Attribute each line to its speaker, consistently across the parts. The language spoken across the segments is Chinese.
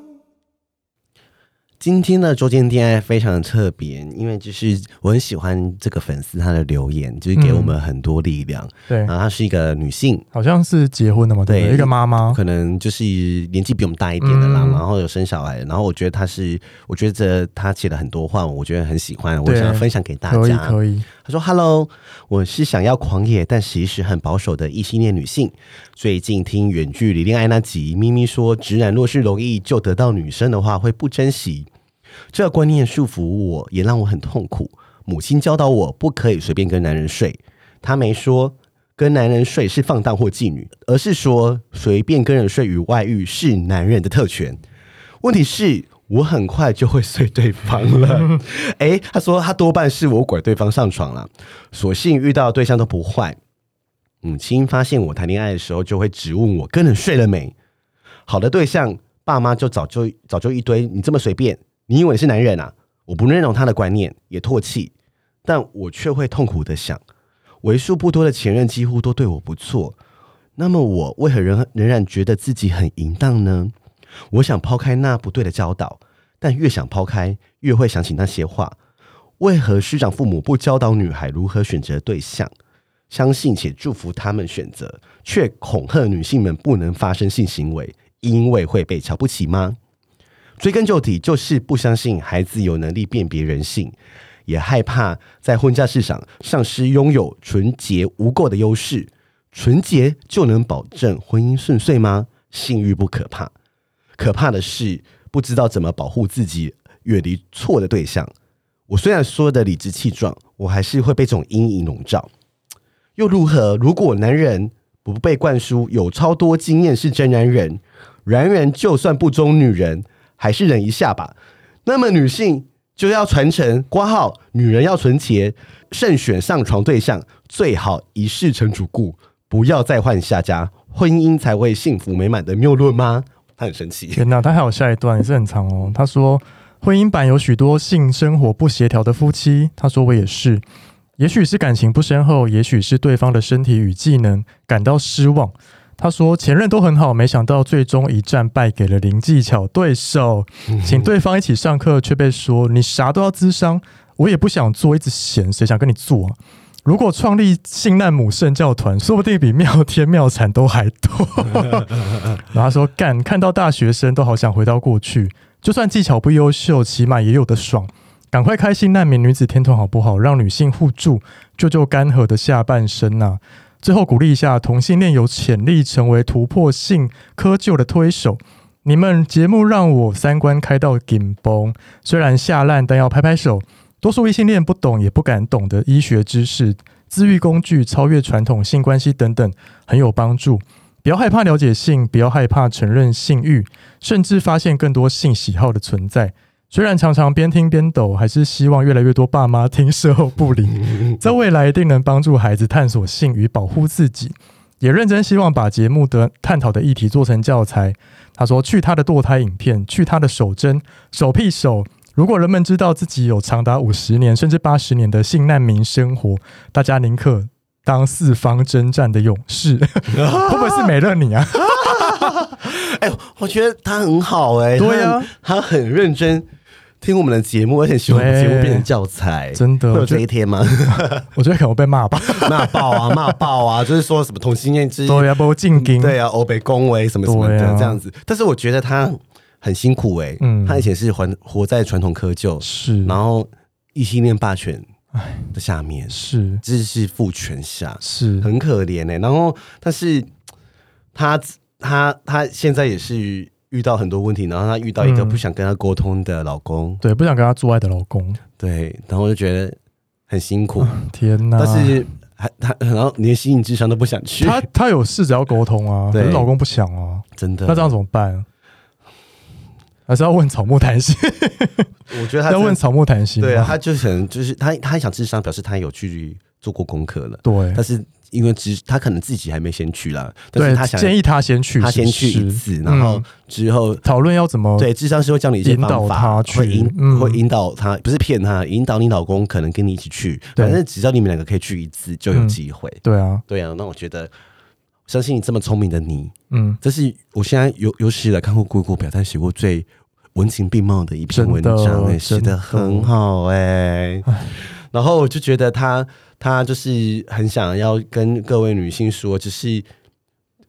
Speaker 1: 今天的周间恋爱非常特别，因为就是我很喜欢这个粉丝他的留言，就是给我们很多力量。
Speaker 2: 嗯
Speaker 3: 对，
Speaker 1: 然后她是一个女性，
Speaker 3: 好像是结婚了嘛，对不对，
Speaker 1: 嗯对
Speaker 3: 一个妈
Speaker 2: 哦
Speaker 3: 妈，
Speaker 1: 可能就是年纪比我们大一点的啦，
Speaker 3: 嗯
Speaker 1: 然后有生小孩，然后我觉得她是，我觉得她写了很多话，我觉得很喜欢，我
Speaker 3: 对
Speaker 1: 想要分享给大
Speaker 3: 可以
Speaker 1: 家。
Speaker 3: 可以，
Speaker 1: 他说：“Hello，我是想要狂野但其实很保守的异性恋女性。最近听远距离恋爱那集，咪咪说，直男若是容易就得到女生的话，会不珍惜。这个观念束缚我，也让我很痛苦。母亲教导我不可以随便跟男人睡，她没说跟男人睡是放荡或妓女，而是说随便跟人睡与外遇是男人的特权。问题是。”我很快就会睡对方了，诶，他说他多半是我拐对方上床了，所幸遇到的对象都不坏。母亲发现我谈恋爱的时候，就会质问我跟人睡了没。好的对象，爸妈就早就早就一堆，你这么随便，你以为你是男人啊？我不认同他的观念，也唾弃，但我却会痛苦的想，为数不多的前任几乎都对我不错，那么我为何仍仍然觉得自己很淫荡呢？我想抛开那不对的教导，但越想抛开，越会想起那些话。为何师长父母不教导女孩如何选择对象？相信且祝福他们选择，却恐吓女性们不能发生性行为，因为会被瞧不起吗？追根究底，就是不相信孩子有能力辨别人性，也害怕在婚嫁市场丧失拥有纯洁无垢的优势。纯洁就能保证婚姻顺遂吗？性欲不可怕，可怕的是不知道怎么保护自己，远离错的对象。我虽然说的理直气壮，我还是会被这种阴影笼罩。又如何？如果男人不被灌输有超多经验是真男人，男人就算不忠女人，还是忍一下吧。那么女性就要传承挂号，女人要纯洁，慎选上床对象，最好一世成主顾，不要再换下家，婚姻才会幸福美满的谬论吗？他很生气。
Speaker 3: 天哪，他还有下一段也是很长哦。他说，婚姻版有许多性生活不协调的夫妻，他说我也是。也许是感情不深厚，也许是对方的身体与技能感到失望。他说前任都很好，没想到最终一战败给了零技巧对手， 请对方一起上课，却被说你啥都要智商，我也不想做，一直闲，谁想跟你做啊？如果创立性难母圣教团，说不定比妙天妙产都还多。 然后他说：“干，看到大学生都好想回到过去，就算技巧不优秀，起码也有的爽。赶快开心难民女子天团好不好？让女性互助，救救干涸的下半身呐、最后鼓励一下同性恋有潜力成为突破性窠臼的推手。你们节目让我三观开到紧绷，虽然下烂，但要拍拍手。多数异性恋不懂也不敢懂的医学知识、自愈工具、超越传统性关系等等，很有帮助。不要害怕了解性，不要害怕承认性欲，甚至发现更多性喜好的存在。虽然常常边听边抖，还是希望越来越多爸妈听售后不理，在未来一定能帮助孩子探索性与保护自己。也认真希望把节目的探讨的议题做成教材。他说：“去他的堕胎影片，去他的手针、手屁手。如果人们知道自己有长达五十年甚至八十年的性难民生活，大家宁可当四方征战的勇士。会不会是美乐你 啊？
Speaker 1: 哎、呦，我觉得他很好哎、
Speaker 3: 对啊
Speaker 1: 他很，他很认真听我们的节目，而且希望我们
Speaker 3: 对
Speaker 1: 节目变成教材，
Speaker 3: 真的
Speaker 1: 会有
Speaker 3: 我觉
Speaker 1: 这
Speaker 3: 得
Speaker 1: 一天吗？
Speaker 3: 我觉得可能会被骂吧。
Speaker 1: 骂爆 啊，骂爆啊，就是说什么同性恋之
Speaker 3: 对啊，不过进京，
Speaker 1: 对啊，欧北恭维什么什么的
Speaker 3: 对啊
Speaker 1: 这样子。但是我觉得他很辛苦哎、
Speaker 3: 嗯
Speaker 1: 他以前是环活在传统窠臼，
Speaker 3: 是
Speaker 1: 然后异性恋霸权的下面，
Speaker 3: 是
Speaker 1: 这是父权下，
Speaker 3: 是，
Speaker 1: 很可怜哎、然后，但是他他他现在也是遇到很多问题，然后他遇到一个
Speaker 3: 嗯
Speaker 1: 不想跟他沟通的老公，
Speaker 3: 对，不想跟他做爱的老公，
Speaker 1: 对，然后我就觉得很辛苦，
Speaker 3: 天哪！
Speaker 1: 但是还他然后连心理智商都不想去，
Speaker 3: 他他有试着要沟通啊，可
Speaker 1: 对
Speaker 3: 是老公不想啊，
Speaker 1: 真的
Speaker 3: 那这样怎么办？还是要问草木谈心，
Speaker 1: 我觉得
Speaker 3: 要
Speaker 1: 他真的啊
Speaker 3: 问草木谈心吗。
Speaker 1: 对啊，他就可能就是他他想智商，表示他有去做过功课了，
Speaker 3: 对
Speaker 1: 但是因为只他可能自己还没先去啦，但
Speaker 3: 对
Speaker 1: 是他，想
Speaker 3: 建议他先去，
Speaker 1: 他先去
Speaker 3: 是不
Speaker 1: 一
Speaker 3: 是
Speaker 1: 次，然后
Speaker 3: 嗯
Speaker 1: 之后
Speaker 3: 讨论要怎么
Speaker 1: 对，智商是会教你一些
Speaker 3: 哦引导
Speaker 1: 方法，
Speaker 3: 他去
Speaker 1: 会引、
Speaker 3: 嗯
Speaker 1: 会引导他，不是骗他，引导你老公可能跟你一起去，
Speaker 3: 对
Speaker 1: 反正只要你们两个可以去一次就有
Speaker 3: 嗯
Speaker 1: 机会。
Speaker 3: 对啊，
Speaker 1: 对啊，那我觉得相信你这么聪明的你，
Speaker 3: 嗯，
Speaker 1: 这是我现在有有史以来看过姑姑表态写过最文情并茂的一篇文章、
Speaker 3: 真
Speaker 1: 欸，
Speaker 3: 的
Speaker 1: 写的很好哎、 然后我就觉得他他就是很想要跟各位女性说，就是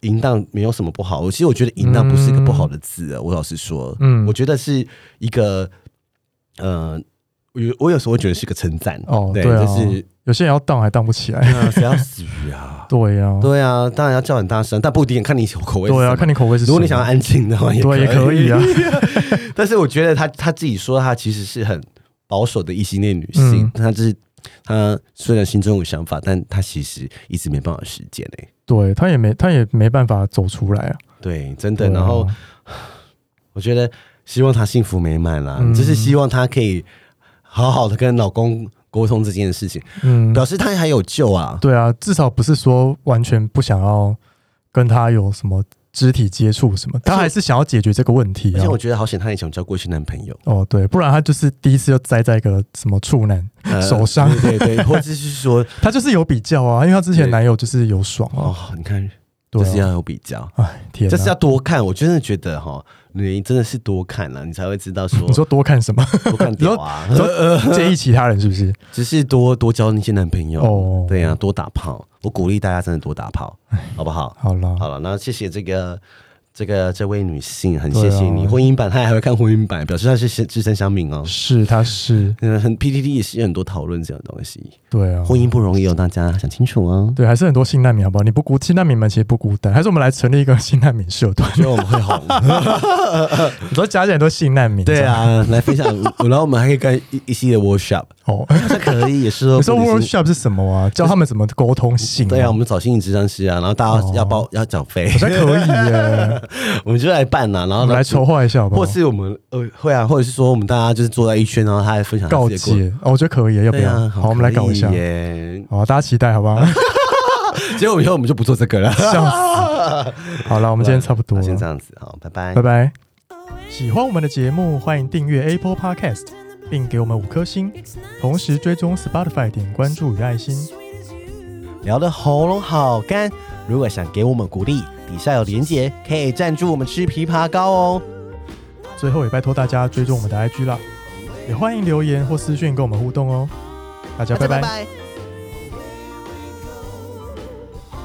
Speaker 1: 淫荡没有什么不好。其实我觉得淫荡不是一个不好的字、啊，我老实说，
Speaker 3: 嗯
Speaker 1: 我觉得是一个呃，我有我有时候会觉得是个称赞
Speaker 3: 哦
Speaker 1: 对，
Speaker 3: 对啊
Speaker 1: 就是
Speaker 3: 有些人要荡还荡不起来，
Speaker 1: 呃谁要死啊？
Speaker 3: 对呀，
Speaker 1: 对啊，当然要叫很大声，但不一定看你口味是什么。
Speaker 3: 哦对啊，看你口味是什
Speaker 1: 如
Speaker 3: 么，
Speaker 1: 果你想要安静的话，也
Speaker 3: 对也可 以啊。
Speaker 1: 但是我觉得她她自己说，她其实是很保守的异性恋女性
Speaker 3: 嗯，
Speaker 1: 她、就是她虽然心中有想法，但她其实一直没办法实践哎、
Speaker 3: 对他也没他也没办法走出来啊，
Speaker 1: 对，真的。
Speaker 3: 对啊
Speaker 1: 然后我觉得希望她幸福美满啦，
Speaker 3: 嗯
Speaker 1: 就是希望她可以好好的跟老公沟通这件事情，
Speaker 3: 嗯，
Speaker 1: 表示她还有救啊。
Speaker 3: 对啊，至少不是说完全不想要跟他有什么肢体接触什么，他还是想要解决这个问题
Speaker 1: 而
Speaker 3: 啊
Speaker 1: 且。我觉得好险，她以前有交过一些男朋友，
Speaker 3: 哦，对，不然他就是第一次就栽在一个什么处男，
Speaker 1: 呃
Speaker 3: 手伤
Speaker 1: 对对 对，或者是说，
Speaker 3: 他就是有比较啊，因为他之前
Speaker 1: 对
Speaker 3: 男友就是有爽啊，
Speaker 1: 哦，你看，就
Speaker 3: 对
Speaker 1: 是
Speaker 3: 啊，
Speaker 1: 要有比较。
Speaker 3: 哎，天
Speaker 1: 就是要
Speaker 3: 哪，
Speaker 1: 多看，我真的觉得哈，你真的是多看了、你才会知道说
Speaker 3: 你说多看 什么？
Speaker 1: 多看屌啊，
Speaker 3: 你说介意其他人是不是？
Speaker 1: 只是多多交一些男朋友，
Speaker 3: 哦
Speaker 1: 对呀、啊多打炮，我鼓励大家真的多打炮，好不好？
Speaker 3: 好啦，
Speaker 1: 好了，那谢谢这个这个这位女性，很谢谢
Speaker 3: 对啊
Speaker 1: 你，婚姻版她还会看婚姻版，表示她是资深乡民哦。
Speaker 3: 是他是
Speaker 1: 嗯，很 PTT 也是有很多讨论这样的东西，
Speaker 3: 对啊，
Speaker 1: 婚姻不容易哦，大家想清楚哦。
Speaker 3: 对，还是很多性难民，好不好？你不孤，性难民们其实不孤单，还是我们来成立一个性难民社 团，
Speaker 1: 觉得我们会红，
Speaker 3: 你说加起来都性难民，
Speaker 1: 对
Speaker 3: 这样，
Speaker 1: 啊，来 分享，然后我们还可以跟一一系列 workshop，
Speaker 3: 哦，
Speaker 1: 这可以也是哦。
Speaker 3: 你说
Speaker 1: 不只是
Speaker 3: workshop 是什么啊？教他们怎么沟通性、
Speaker 1: 对啊，我们找心理咨商师啊，然后大家
Speaker 3: 哦
Speaker 1: 要报、要缴费
Speaker 3: 好，像可以耶，
Speaker 1: 我们就来办呐、然
Speaker 3: 我
Speaker 1: 后
Speaker 3: 们来哦筹，划一下好不好？
Speaker 1: 或是我们呃会啊，或者是说我们大家就是坐在一圈，然后他来分享他
Speaker 3: 告
Speaker 1: 自己的
Speaker 3: 解，哦，我觉得可以耶，要
Speaker 1: 故
Speaker 3: 不
Speaker 1: 事，对
Speaker 3: 要？
Speaker 1: 啊，
Speaker 3: 好，我们来搞一下
Speaker 1: 可以，耶。
Speaker 3: 好，大家期待好不 好？
Speaker 1: 结果以后我们就不做这个了，
Speaker 3: 笑死！好了，我们今天差不多
Speaker 1: 好先这
Speaker 3: 了，
Speaker 1: 样子，好，拜拜
Speaker 3: 拜。拜。喜欢我们的节目，欢迎订阅 Apple Podcast，并给我们五颗星，同时追踪 Spotify 点关注与爱心。
Speaker 1: 聊的喉咙好干，如果想给我们鼓励，底下有连结，可以赞助我们吃枇杷膏哦。
Speaker 3: 最后也拜托大家追踪我们的 IG 啦，也欢迎留言或私讯跟我们互动哦。大家
Speaker 1: 大家
Speaker 3: 拜拜
Speaker 1: 拜。
Speaker 4: Oh